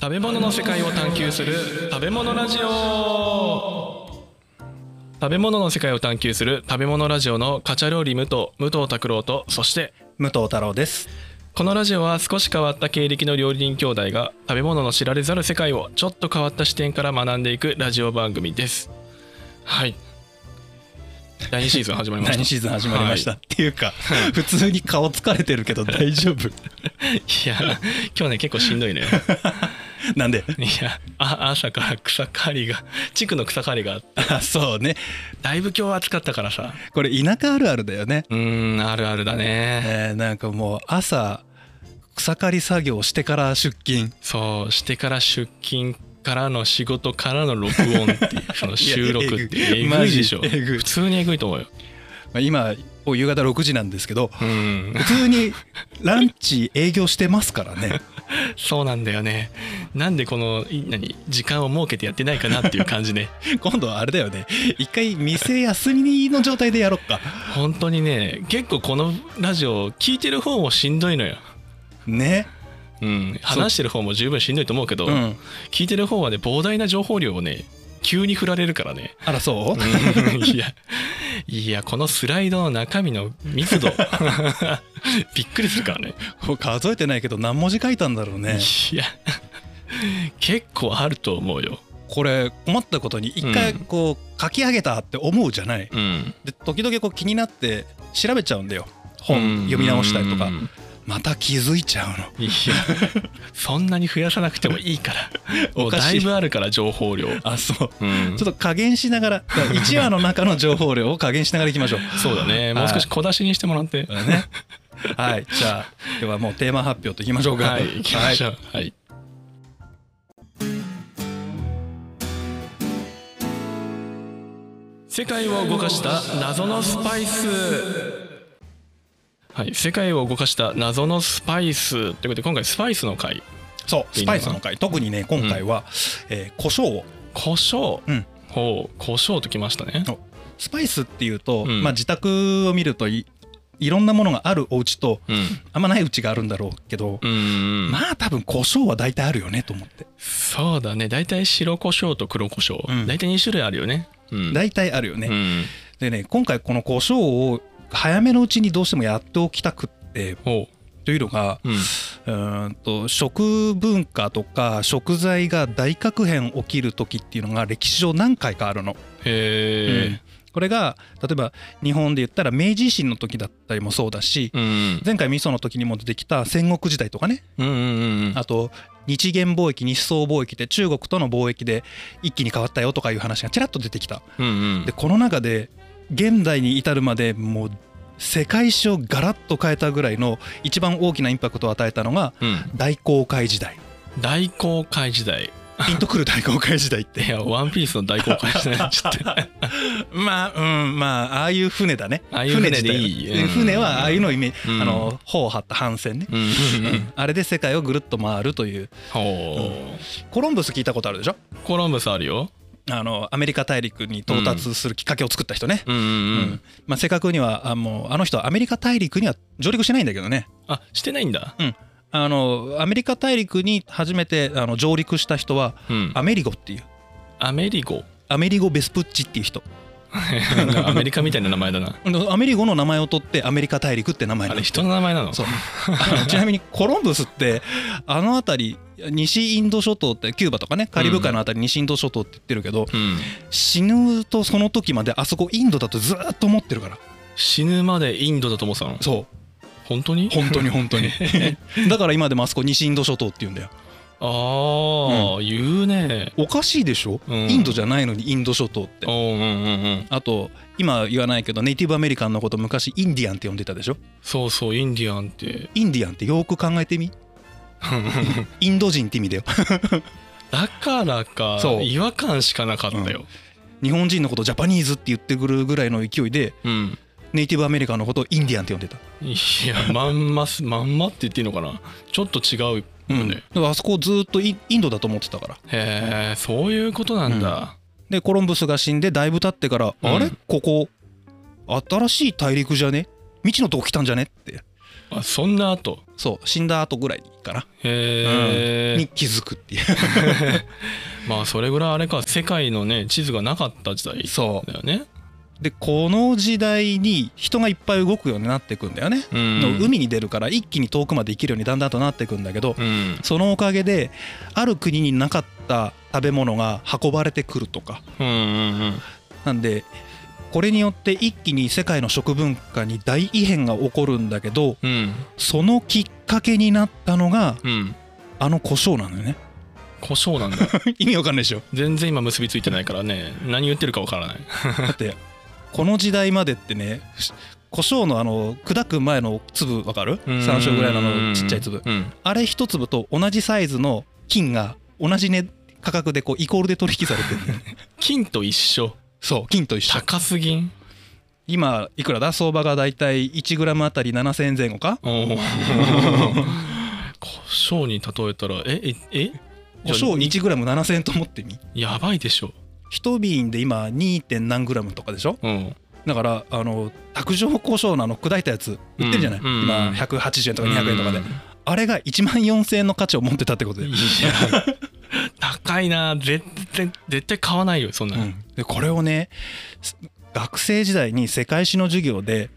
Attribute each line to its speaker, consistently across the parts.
Speaker 1: 食べ物の世界を探求する食べ物ラジオ食べ物の世界を探求する食べ物ラジオのカチャ料理武藤武藤拓郎とそして
Speaker 2: 武藤太郎です
Speaker 1: このラジオは少し変わった経歴の料理人兄弟が食べ物の知られざる世界をちょっと変わった視点から学んでいくラジオ番組ですはい第2シーズン始まりました
Speaker 2: 第2シーズン始まりました、
Speaker 1: は
Speaker 2: っていうか普通に顔疲れてるけど大 丈夫
Speaker 1: い、いや今日ね結構しんどいね
Speaker 2: なんで
Speaker 1: いやあ朝から草刈りが地区の草刈りがあって
Speaker 2: あそうね
Speaker 1: だいぶ今日暑かったからさ
Speaker 2: これ田舎あるあるだよね、
Speaker 1: うーんあるあるだね
Speaker 2: えーなんかもう朝草刈り作業してから出勤
Speaker 1: そうしてから出勤からの仕事からの録音っていうその収録って
Speaker 2: い
Speaker 1: え
Speaker 2: やえぐ
Speaker 1: ぐいでしょ
Speaker 2: マジえぐい
Speaker 1: 普通にえぐいと思うよ
Speaker 2: まあ今お夕方6時なんですけど
Speaker 1: うん
Speaker 2: 普通にランチ営業してますからね
Speaker 1: そうなんだよねなんでこのい何時間を設けてやってないかなっていう感じね
Speaker 2: 今度はあれだよね一回店休みの状態でやろっか
Speaker 1: 本当にね結構このラジオ聞いてる方もしんどいのよ
Speaker 2: ね
Speaker 1: うん、話してる方も十分しんどいと思うけど、
Speaker 2: うん
Speaker 1: 聞いてる方はね膨大な情報量をね急に振られるからね
Speaker 2: あらそう、
Speaker 1: いや、いや、このスライドの中身の密度、 びっくりするからね。
Speaker 2: 数えてないけど何文字書いたんだろうね
Speaker 1: いや、結構あると思うよ。
Speaker 2: これ困ったことに一回
Speaker 1: うん
Speaker 2: こう書き上げたって思うじゃない、
Speaker 1: うん。
Speaker 2: で時々こう気になって調べちゃうんだよ本読み直したりとか
Speaker 1: うん
Speaker 2: また気づいちゃうの
Speaker 1: いや、そんなに増やさなくてもいいから。も
Speaker 2: お
Speaker 1: う
Speaker 2: か
Speaker 1: だ
Speaker 2: しい
Speaker 1: いぶあるから、情報量。
Speaker 2: あそう
Speaker 1: うん
Speaker 2: ちょっと加減しながら1話の中の情報量を加減しながらいきましょう
Speaker 1: そうだね。もう少し小出しにしてもらって。
Speaker 2: はいねはいじゃあ今日はもうテーマ発表といきましょうか
Speaker 1: はい、行きましょう。はい。世界を動かした謎のスパイス。はい、世界を動かした謎のスパイスということで、今回スパイスの回。
Speaker 2: そうスパイスの回特にね今回は、えー胡椒を
Speaker 1: 胡椒。
Speaker 2: うん
Speaker 1: ほう、胡椒ときましたね。
Speaker 2: おスパイスっていうと、
Speaker 1: うん
Speaker 2: まあ、自宅を見るといいろんなものがあるお家と
Speaker 1: うん。
Speaker 2: あんまないうちがあるんだろうけど、
Speaker 1: うんうん、
Speaker 2: まあ多分胡椒は大体あるよねと思って
Speaker 1: そうだね大体白胡椒と黒胡椒、
Speaker 2: うん
Speaker 1: 大体2種類あるよね、うん、
Speaker 2: 大体あるよね、
Speaker 1: うん
Speaker 2: でね今回この胡椒を早めのうちにどうしてもやっておきたくって
Speaker 1: ほ
Speaker 2: というのが
Speaker 1: う、うん、
Speaker 2: うーんと食文化とか食材が大革変起きる時っていうのが歴史上何回かあるの。
Speaker 1: へ
Speaker 2: うん
Speaker 1: え、
Speaker 2: これが例えば日本で言ったら明治維新の時だったりもそうだし
Speaker 1: うん
Speaker 2: 前回味噌の時にも出てきた戦国時代とかね
Speaker 1: うんうんうんうん
Speaker 2: あと日元貿易日宋貿易で中国との貿易で一気に変わったよとかいう話がちらっと出てきた
Speaker 1: うんうん
Speaker 2: でこの中で現代に至るまでもう世界史をガラッと変えたぐらいの一番大きなインパクトを与えたのが
Speaker 1: うん、
Speaker 2: 大航海 時代
Speaker 1: 大航海時代
Speaker 2: ピンとくる大航海時代っ
Speaker 1: い
Speaker 2: て
Speaker 1: やワンピースの大航海時代ちょっと
Speaker 2: まあうんまあああいう船だね
Speaker 1: ああいう船
Speaker 2: 自体
Speaker 1: でいい
Speaker 2: うん
Speaker 1: うん
Speaker 2: 船はああいうのをイメ
Speaker 1: うん
Speaker 2: あの帆を張った帆船ね、
Speaker 1: うんうんうん
Speaker 2: あれで世界をぐるっと回るという
Speaker 1: ほ
Speaker 2: コロンブス聞いたことあるでしょ
Speaker 1: うコロンブスあるよ
Speaker 2: あのアメリカ大陸に到達するきっかけを作った人ね、
Speaker 1: うんう
Speaker 2: うん
Speaker 1: んうん
Speaker 2: まあ、正確にはあもうあの人はアメリカ大陸には上陸してないんだけどね
Speaker 1: あしてないんだ
Speaker 2: あのアメリカ大陸に初めてあの上陸した人は
Speaker 1: うん
Speaker 2: アメリゴっていう
Speaker 1: アメリゴ
Speaker 2: アメリゴ・ベスプッチっていう人
Speaker 1: アメリカみたいな名前だな
Speaker 2: アメリゴの名前を取ってアメリカ大陸って名前
Speaker 1: あ
Speaker 2: に
Speaker 1: れ人の名前なの
Speaker 2: そうあのちなみにコロンブスってあの辺り西インド諸島ってキューバとかねカリブ海の辺り西インド諸島って言ってるけど、
Speaker 1: うん
Speaker 2: 死ぬとその時まであそこインドだとずーっと思ってるから
Speaker 1: 死ぬまでインドだと思ってたの
Speaker 2: そう
Speaker 1: 本当に
Speaker 2: 本当に本当に だから今でもあそこ西インド諸島って言うんだよ
Speaker 1: ああ言うね
Speaker 2: おかしいでしょ、
Speaker 1: うん
Speaker 2: インドじゃないのにインド諸島って
Speaker 1: おううんうんうん
Speaker 2: あと今は言わないけどネイティブアメリカンのこと昔インディアンって呼んでたでしょ
Speaker 1: そうそうインディアンって
Speaker 2: インディアンってよく考え てみインド人って意味だよ
Speaker 1: だからか
Speaker 2: そう
Speaker 1: 違和感しかなかったよ
Speaker 2: 日本人のことジャパニーズって言ってくるぐらいの勢いで
Speaker 1: うん
Speaker 2: ネイティブアメリカンのことをインディアンって呼んでた、
Speaker 1: いやまんますまんまって言っていいのかなちょっと違うよ
Speaker 2: うんだ
Speaker 1: ね、
Speaker 2: からあそこをずーっとイインドだと思ってたから
Speaker 1: へえそういうことなんだ、
Speaker 2: でコロンブスが死んでだいぶ経ってから、
Speaker 1: うん
Speaker 2: あれここ新しい大陸じゃね未知のとこ来たんじゃねって
Speaker 1: あそんな後
Speaker 2: そう死んだ後ぐらいかな、
Speaker 1: へえ
Speaker 2: うんに、気づくっていう
Speaker 1: まあそれぐらいあれか世界のね地図がなかった時代
Speaker 2: そう
Speaker 1: だよね
Speaker 2: でこの時代に人がいっぱい動くようになっていくんだよね、
Speaker 1: うん
Speaker 2: の海に出るから一気に遠くまで行けるようにだんだんとなっていくんだけど、
Speaker 1: うん
Speaker 2: そのおかげである国になかった食べ物が運ばれてくるとか
Speaker 1: うんうんうん
Speaker 2: なんでこれによって一気に世界の食文化に大異変が起こるんだけど
Speaker 1: うん
Speaker 2: そのきっかけになったのが
Speaker 1: うん
Speaker 2: あの胡椒なんだ よね
Speaker 1: 胡椒なんだ
Speaker 2: 意味わかんないでしょ
Speaker 1: 全然今結びついてないからね何言ってるかわからない
Speaker 2: だってこの時代までってねし胡椒のあの砕く前の粒わかる山椒ぐらいのあのちっちゃい粒
Speaker 1: うん
Speaker 2: あれ一粒と同じサイズの金が同じね価格でこうイコールで取引されてるんだ よね
Speaker 1: 金と一緒
Speaker 2: そう金と一緒
Speaker 1: 高すぎん
Speaker 2: 今いくらだ相場がだいたい 1g あたり7000円前後か
Speaker 1: おー胡椒に例えたらえええ
Speaker 2: 胡椒
Speaker 1: じゃ
Speaker 2: 1g7000円と思ってみ
Speaker 1: あやばいでしょ
Speaker 2: 一瓶で今 2. 点何 g とかでしょ
Speaker 1: うん
Speaker 2: だからあの卓上胡椒のあの砕いたやつ売ってるじゃない、
Speaker 1: うんうん
Speaker 2: 今180円とか200円とかで、
Speaker 1: うん
Speaker 2: あれが1万4000円の価値を持ってたってことで,、
Speaker 1: いや高いな絶対絶対買わないよそんな、
Speaker 2: うんんでこれをねす学生時代に世界史の授業で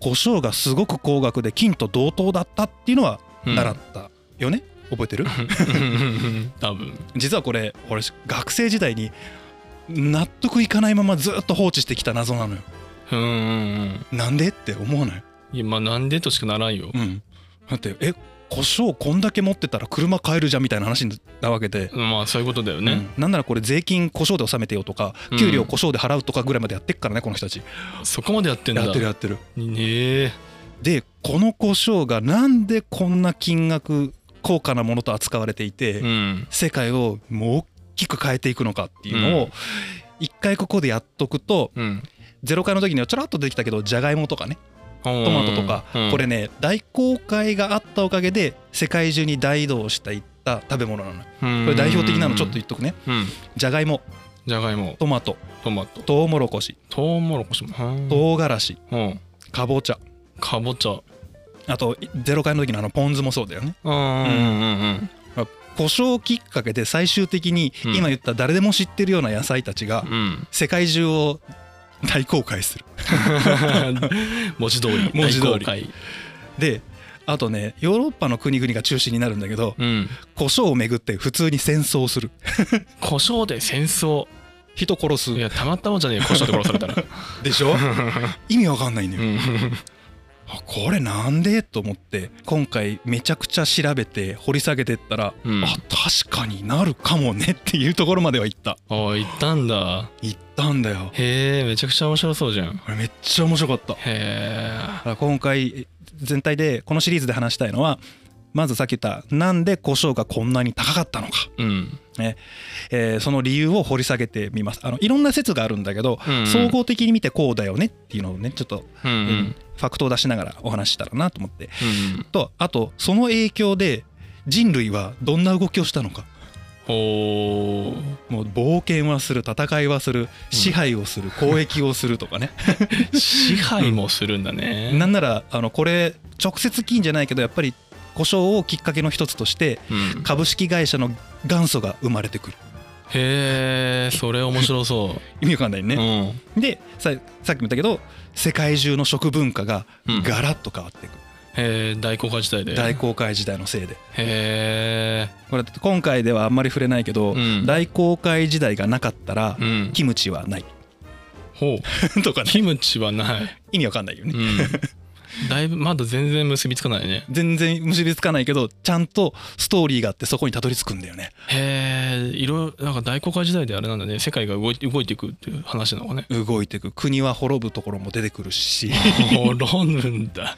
Speaker 2: 胡椒がすごく高額で金と同等だったっていうのは
Speaker 1: うん
Speaker 2: 習ったよね、覚えてる
Speaker 1: 多分
Speaker 2: 実はこれ俺学生時代に納得いかないままずっと放置してきた謎なのよ
Speaker 1: うんうんうん
Speaker 2: なんでって思わない
Speaker 1: いやまあなんでとしかならんよ
Speaker 2: うんだってえ胡椒こんだけ持ってたら車買えるじゃんみたいな話なわけで、
Speaker 1: まあそういうことだよ
Speaker 2: う
Speaker 1: ね、
Speaker 2: んなんならこれ税金胡椒で納めてよとか
Speaker 1: うん
Speaker 2: 給料胡椒で払うとかぐらいまでやってっからねこの人たち、
Speaker 1: そこまでやってんだ
Speaker 2: やってるやってる
Speaker 1: ねえ
Speaker 2: でこの胡椒がなんでこんな金額高価なものと扱われていて、
Speaker 1: うん
Speaker 2: 世界をもう大きく変えていくのかっていうの
Speaker 1: う
Speaker 2: を一回ここでやっとくと
Speaker 1: うん
Speaker 2: ゼロ回の時にはちょらっとできたけどじゃがいもとかね
Speaker 1: ト
Speaker 2: トマトとかこれね大航海があったおかげで世界中に大移動していった食べ物なのこ
Speaker 1: こ
Speaker 2: れ代表的なのちょっと言っとくね
Speaker 1: うん
Speaker 2: じゃがいも
Speaker 1: じゃがいも
Speaker 2: トマト
Speaker 1: トマト
Speaker 2: トウモロコシ
Speaker 1: とうもろこしもうん
Speaker 2: 唐辛子
Speaker 1: うん
Speaker 2: かぼちゃ
Speaker 1: かぼちゃ
Speaker 2: あとゼロ回の時のあのポン酢もそうだよね
Speaker 1: うんうんうんうん
Speaker 2: まあ胡椒きっかけで最終的に
Speaker 1: うん
Speaker 2: 今言った誰でも知ってるような野菜たちが
Speaker 1: うん
Speaker 2: 世界中を大航海する
Speaker 1: 文字通り
Speaker 2: 文字通り
Speaker 1: 大公開
Speaker 2: であとねヨーロッパの国々が中心になるんだけど
Speaker 1: うん
Speaker 2: 胡椒をめぐって普通に戦争する
Speaker 1: 胡椒で戦争
Speaker 2: 人殺す
Speaker 1: いやたまったもんじゃねえよ胡椒で殺されたら
Speaker 2: でし ょ意味わかんないんだよ
Speaker 1: うん
Speaker 2: あこれなんでと思って今回めちゃくちゃ調べて掘り下げてったら、
Speaker 1: うん
Speaker 2: あ確かになるかもねっていうところまでは行った
Speaker 1: ああ行ったんだ
Speaker 2: 行ったんだよ
Speaker 1: へえめちゃくちゃ面白そうじゃんへ
Speaker 2: これめっちゃ面白かっただ
Speaker 1: え
Speaker 2: から今回全体でこのシリーズで話したいのはまずさっき言ったなんで胡椒がこんなに高かったのか、
Speaker 1: うん
Speaker 2: ねえーその理由を掘り下げてみますあのいろんな説があるんだけど、
Speaker 1: うんうん
Speaker 2: 総合的に見てこうだよねっていうのをねちょっと、
Speaker 1: うんう
Speaker 2: うんんファクトを出しながらお話ししたらなと思って
Speaker 1: うん
Speaker 2: とあとその影響で人類はどんな動きをしたのか
Speaker 1: おー
Speaker 2: もう冒険はする戦いはする支配をする交易をするとかね、
Speaker 1: 支配もするんだね。
Speaker 2: なんならあのこれ直接金じゃないけどやっぱり故障をきっかけの一つとして
Speaker 1: うん
Speaker 2: 株式会社の元祖が生まれてくる
Speaker 1: へえそれ面白そ。
Speaker 2: 意味わかんないう
Speaker 1: う
Speaker 2: ね、
Speaker 1: ん、
Speaker 2: でささっきも言ったけど世界中の食文化が
Speaker 1: うん
Speaker 2: ガラッと変わっていく、
Speaker 1: へえ大航海時代で。
Speaker 2: 大
Speaker 1: へ
Speaker 2: 航海時代のせいで
Speaker 1: え。
Speaker 2: これだって今回ではあんまり触れないけど、
Speaker 1: うん
Speaker 2: 大航海時代がなかったら、
Speaker 1: うん。
Speaker 2: キムチはない
Speaker 1: ほう
Speaker 2: とかね
Speaker 1: キムチはない。
Speaker 2: 意味わかんないよね、
Speaker 1: うん。だいぶまだ全然結びつかないね。
Speaker 2: 全然結びつかないけどちゃんとストーリーがあってそこにたどり着くんだよね。
Speaker 1: へえいろいろなんか大航海時代であれなんだね世界が動いて動いていくっていう話なのか ね
Speaker 2: 動いてく国は滅ぶところも出てくるし
Speaker 1: 滅ぶんだ。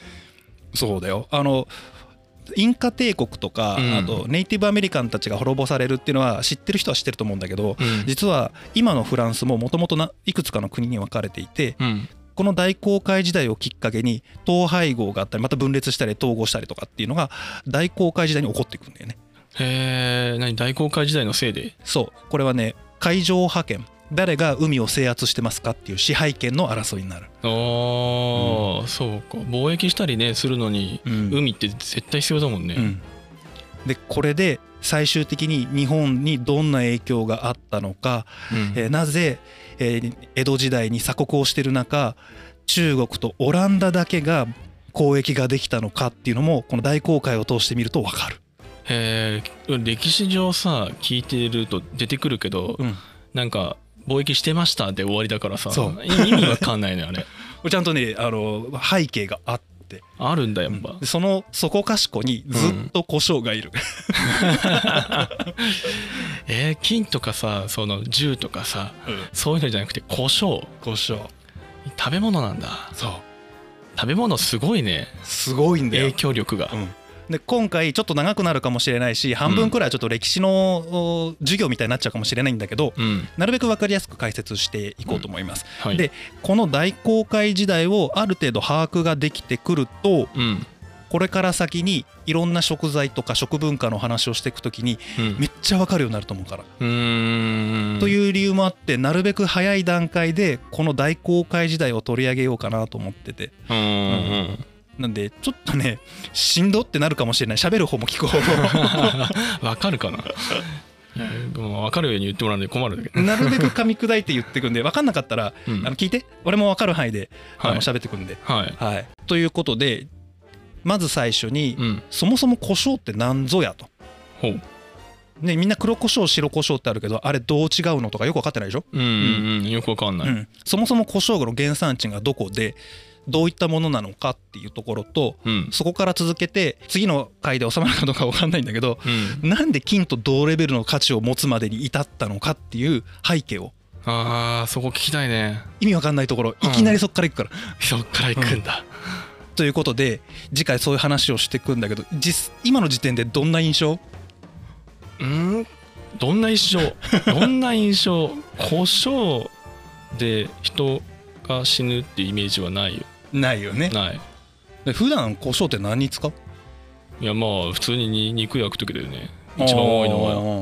Speaker 2: そうだよあのインカ帝国とか、
Speaker 1: うん
Speaker 2: あとネイティブアメリカンたちが滅ぼされるっていうのは知ってる人は知ってると思うんだけど、
Speaker 1: うん
Speaker 2: 実は今のフランスももともといくつかの国に分かれていて
Speaker 1: うん。
Speaker 2: この大航海時代をきっかけに統廃合があったりまた分裂したり統合したりとかっていうのが大航海時代に起こっていくんだよね。
Speaker 1: へえ何大航海時代のせいで。
Speaker 2: そうこれはね海上派遣誰が海を制圧してますかっていう支配権の争いになる、
Speaker 1: ああ、そうか貿易したりねするのに
Speaker 2: うん
Speaker 1: 海って絶対必要だもんね、
Speaker 2: うんでこれで最終的に日本にどんな影響があったのか、
Speaker 1: うん
Speaker 2: えーなぜ、えー江戸時代に鎖国をしてる中中国とオランダだけが交易ができたのかっていうのもこの大航海を通してみると分かる。
Speaker 1: えー歴史上さ聞いてると出てくるけど、
Speaker 2: うん
Speaker 1: なんか貿易してましたで終わりだからさ
Speaker 2: そう
Speaker 1: い意味わかんないのよあれ
Speaker 2: これちゃんとねあの背景があって
Speaker 1: あるんだやっぱ、
Speaker 2: でそのそこかしこにずっと胡椒がいる、
Speaker 1: えー金とかさその銃とかさそういうのじゃなくて胡椒
Speaker 2: 胡椒
Speaker 1: 食べ物なんだ
Speaker 2: そう
Speaker 1: 食べ物すごいね
Speaker 2: すごいんだよ
Speaker 1: 影、響力が、
Speaker 2: うんで今回ちょっと長くなるかもしれないし半分くらいはちょっと歴史のお授業みたいになっちゃうかもしれないんだけど、
Speaker 1: うん
Speaker 2: なるべく分かりやすく解説していこうと思います、
Speaker 1: はい、
Speaker 2: でこの大航海時代をある程度把握ができてくると
Speaker 1: うん
Speaker 2: これから先にいろんな食材とか食文化の話をしていくときに
Speaker 1: うん
Speaker 2: めっちゃ分かるようになると思うから、
Speaker 1: うーん
Speaker 2: と
Speaker 1: う
Speaker 2: いう理由もあってなるべく早い段階でこの大航海時代を取り上げようかなと思ってて
Speaker 1: うんうん
Speaker 2: なんでちょっとねしんどってなるかもしれない喋る方も聞く方 も
Speaker 1: わかる かないやでもわかるように言ってもらうので困るんだけど、
Speaker 2: なるべく噛み砕いて言ってくんで分かんなかったら、
Speaker 1: うん
Speaker 2: あの聞いて俺も分かる範囲で、あ
Speaker 1: はい
Speaker 2: の喋ってくんで。
Speaker 1: はい
Speaker 2: はい、ということでまず最初に、
Speaker 1: うん
Speaker 2: そもそも胡椒って何ぞやと。
Speaker 1: ほう
Speaker 2: ね、みんな黒胡椒白胡椒ってあるけどあれどう違うのとかよく分かってないでしょ、
Speaker 1: うんうんうんよくわかんない、
Speaker 2: うん、そもそも胡椒の原産地がどこでどういったものなのかっていうところと、
Speaker 1: うん
Speaker 2: そこから続けて次の回で収まるかどうか分かんないんだけど
Speaker 1: うん、
Speaker 2: なんで金と同レベルの価値を持つまでに至ったのかっていう背景を
Speaker 1: あーそこ聞きたいね
Speaker 2: 意味わかんないところ
Speaker 1: う
Speaker 2: い
Speaker 1: ん
Speaker 2: きなりそっからいくから。
Speaker 1: そっから行くんだ、
Speaker 2: ということで次回そういう話をしていくんだけど実今の時点でどんな印象
Speaker 1: うん、どんな 印象どんな印象胡椒で人が死ぬっていうイメージはないよ
Speaker 2: ないよね。
Speaker 1: ない
Speaker 2: で普段胡椒って何に使う
Speaker 1: いやまあ普通にに肉焼く時だよね一番多いの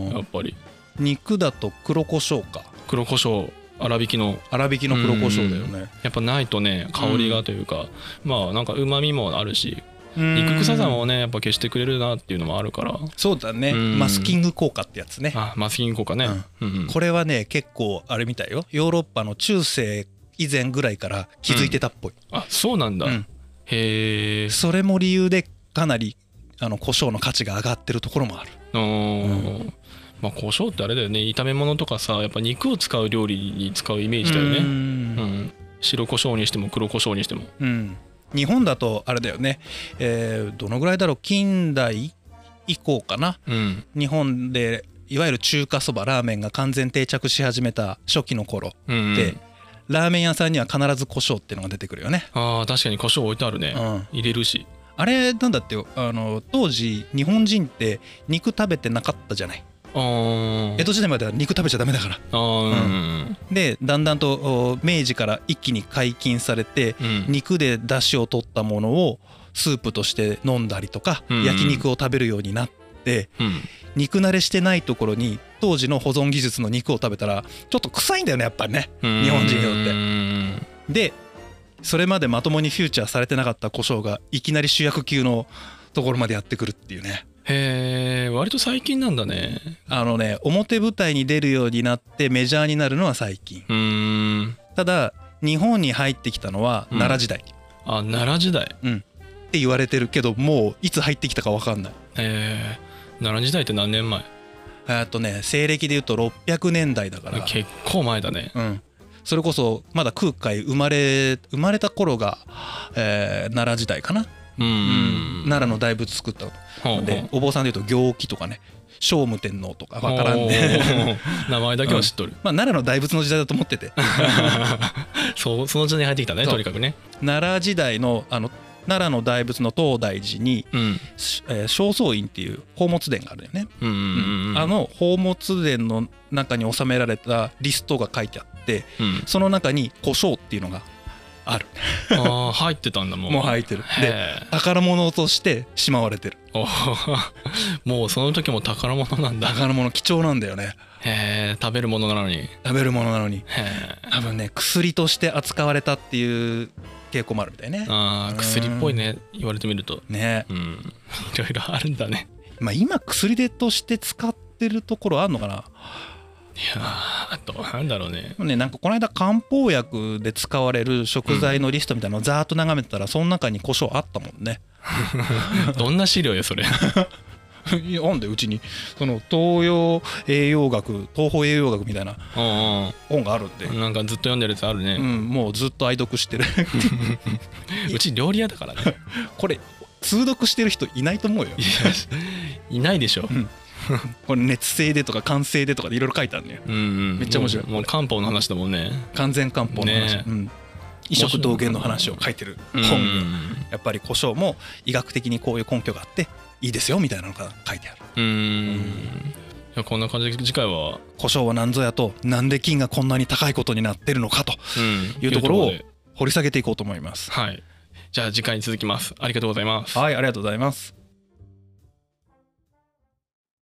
Speaker 2: あー
Speaker 1: はやっぱり
Speaker 2: 肉だと黒胡椒か
Speaker 1: 黒胡椒粗挽きの
Speaker 2: 粗挽きの黒胡椒だよね
Speaker 1: やっぱないとね香りがというか、まあなんかうまみもあるし
Speaker 2: 肉
Speaker 1: 肉臭さもねやっぱ消してくれるなっていうのもあるから
Speaker 2: そうだね
Speaker 1: うん
Speaker 2: マスキング効果ってやつね
Speaker 1: あマスキング効果ね、うんうん
Speaker 2: これはね結構あれみたいよヨーロッパの中世以前ぐらいから気づいてたっぽい、
Speaker 1: あそうなんだ、
Speaker 2: うん
Speaker 1: へえ
Speaker 2: それも理由でかなりあの胡椒の価値が上がってるところもある
Speaker 1: あーまあ胡椒ってあれだよね炒め物とかさやっぱ肉を使う料理に使うイメージだよ
Speaker 2: う
Speaker 1: ねうん、
Speaker 2: ん、
Speaker 1: 白胡椒にしても黒胡椒にしても
Speaker 2: うん日本だとあれだよね、えーどのぐらいだろう近代以降かな
Speaker 1: うん
Speaker 2: 日本でいわゆる中華そばラーメンが完全定着し始めた初期の頃
Speaker 1: うんうん
Speaker 2: でラーメン屋さんには必ず胡椒っていうのが出てくるよね、
Speaker 1: あー確かに胡椒置いてあるね、
Speaker 2: うん
Speaker 1: 入れるし
Speaker 2: あれなんだってよあの当時日本人って肉食べてなかったじゃない
Speaker 1: あー
Speaker 2: 江戸時代までは肉食べちゃダメだから
Speaker 1: あーうん
Speaker 2: でだんだんとお明治から一気に解禁されて
Speaker 1: うんうん
Speaker 2: 肉で出汁を取ったものをスープとして飲んだりとか
Speaker 1: うんうん
Speaker 2: 焼肉を食べるようになって
Speaker 1: うん
Speaker 2: 肉慣れしてないところに当時の保存技術の肉を食べたらちょっと臭いんだよねやっぱりね
Speaker 1: 日
Speaker 2: 日本人によって
Speaker 1: って
Speaker 2: でそれまでまともにフューチャーされてなかった胡椒がいきなり主役級のところまでやってくるっていうね
Speaker 1: へえ割と最近なんだね
Speaker 2: あのね表舞台に出るようになってメジャーになるのは最近
Speaker 1: うーん
Speaker 2: ただ日本に入ってきたのは奈良時代
Speaker 1: あ奈良時代
Speaker 2: って言われてるけどもういつ入ってきたか分かんない
Speaker 1: えー奈良時代って何年前
Speaker 2: えーっとね西暦で言うと600年代だから
Speaker 1: 結構前だね
Speaker 2: うんそれこそまだ空海生まれ生まれた頃が、えー奈良時代かな、
Speaker 1: うんうん
Speaker 2: 奈良の大仏作った
Speaker 1: ほうほう
Speaker 2: でお坊さんでいうと行基とかね聖武天皇とか分からんで、
Speaker 1: お ー 名前だけは知っとる、
Speaker 2: まあ、奈良の大仏の時代だと思ってて
Speaker 1: そうその時代に入ってきたね
Speaker 2: そう
Speaker 1: とにかくね
Speaker 2: 奈良時代のあの奈良の大仏の東大寺に、
Speaker 1: うん
Speaker 2: しえー正倉院っていう宝物殿があるよね、
Speaker 1: うんうんうん
Speaker 2: あの宝物殿の中に収められたリストが書いてあって
Speaker 1: うん
Speaker 2: その中に胡椒っていうのがある
Speaker 1: あー入ってたんだもん
Speaker 2: もう入ってるで
Speaker 1: へ
Speaker 2: 宝物としてしまわれてる
Speaker 1: ーおー もうその時も宝物なんだ
Speaker 2: 宝物貴重なんだよね
Speaker 1: へえ食べるものなのにへ
Speaker 2: 食べるものなのに
Speaker 1: え
Speaker 2: 多分ね薬として扱われたっていう傾向もあるみたいね
Speaker 1: あー薬っぽいね言われてみると
Speaker 2: ね
Speaker 1: うんいろいろあるんだね
Speaker 2: まあ今薬でとして使ってるところあんのかない
Speaker 1: やーあとなんだろうね
Speaker 2: でもねなんかこの間漢方薬で使われる食材のリストみたいなのをざーっと眺めてたらその中に胡椒あったもんね
Speaker 1: どんな資料よそれ
Speaker 2: いやなんでうちにその東洋栄養学東方栄養学みたいな
Speaker 1: うん
Speaker 2: 本があるんで
Speaker 1: う、んなんかずっと読んでるやつある
Speaker 2: う
Speaker 1: ね、
Speaker 2: ん、もうずっと愛読してる
Speaker 1: うち料理屋だからね
Speaker 2: これ通読してる人いないと思うよ
Speaker 1: いやいないでしょ、
Speaker 2: これ熱性でとか乾性でとかでいろいろ書いてあるね
Speaker 1: うんうん、
Speaker 2: めっちゃ面白い
Speaker 1: もうもう漢方の話だもんね
Speaker 2: 完全漢方の話、
Speaker 1: ね
Speaker 2: うん、異食同源の話を書いてる本、
Speaker 1: うん
Speaker 2: やっぱり胡椒も医学的にこういう根拠があっていいですよみたいなのが書いてある
Speaker 1: うんいやこんな感じで次回は、
Speaker 2: 胡椒は何ぞやとなんで金がこんなに高いことになってるのかと
Speaker 1: うん
Speaker 2: いうところを
Speaker 1: で
Speaker 2: 掘り下げていこうと思います
Speaker 1: はいじゃあ次回に続きますありがとうございます
Speaker 2: はいありがとうございます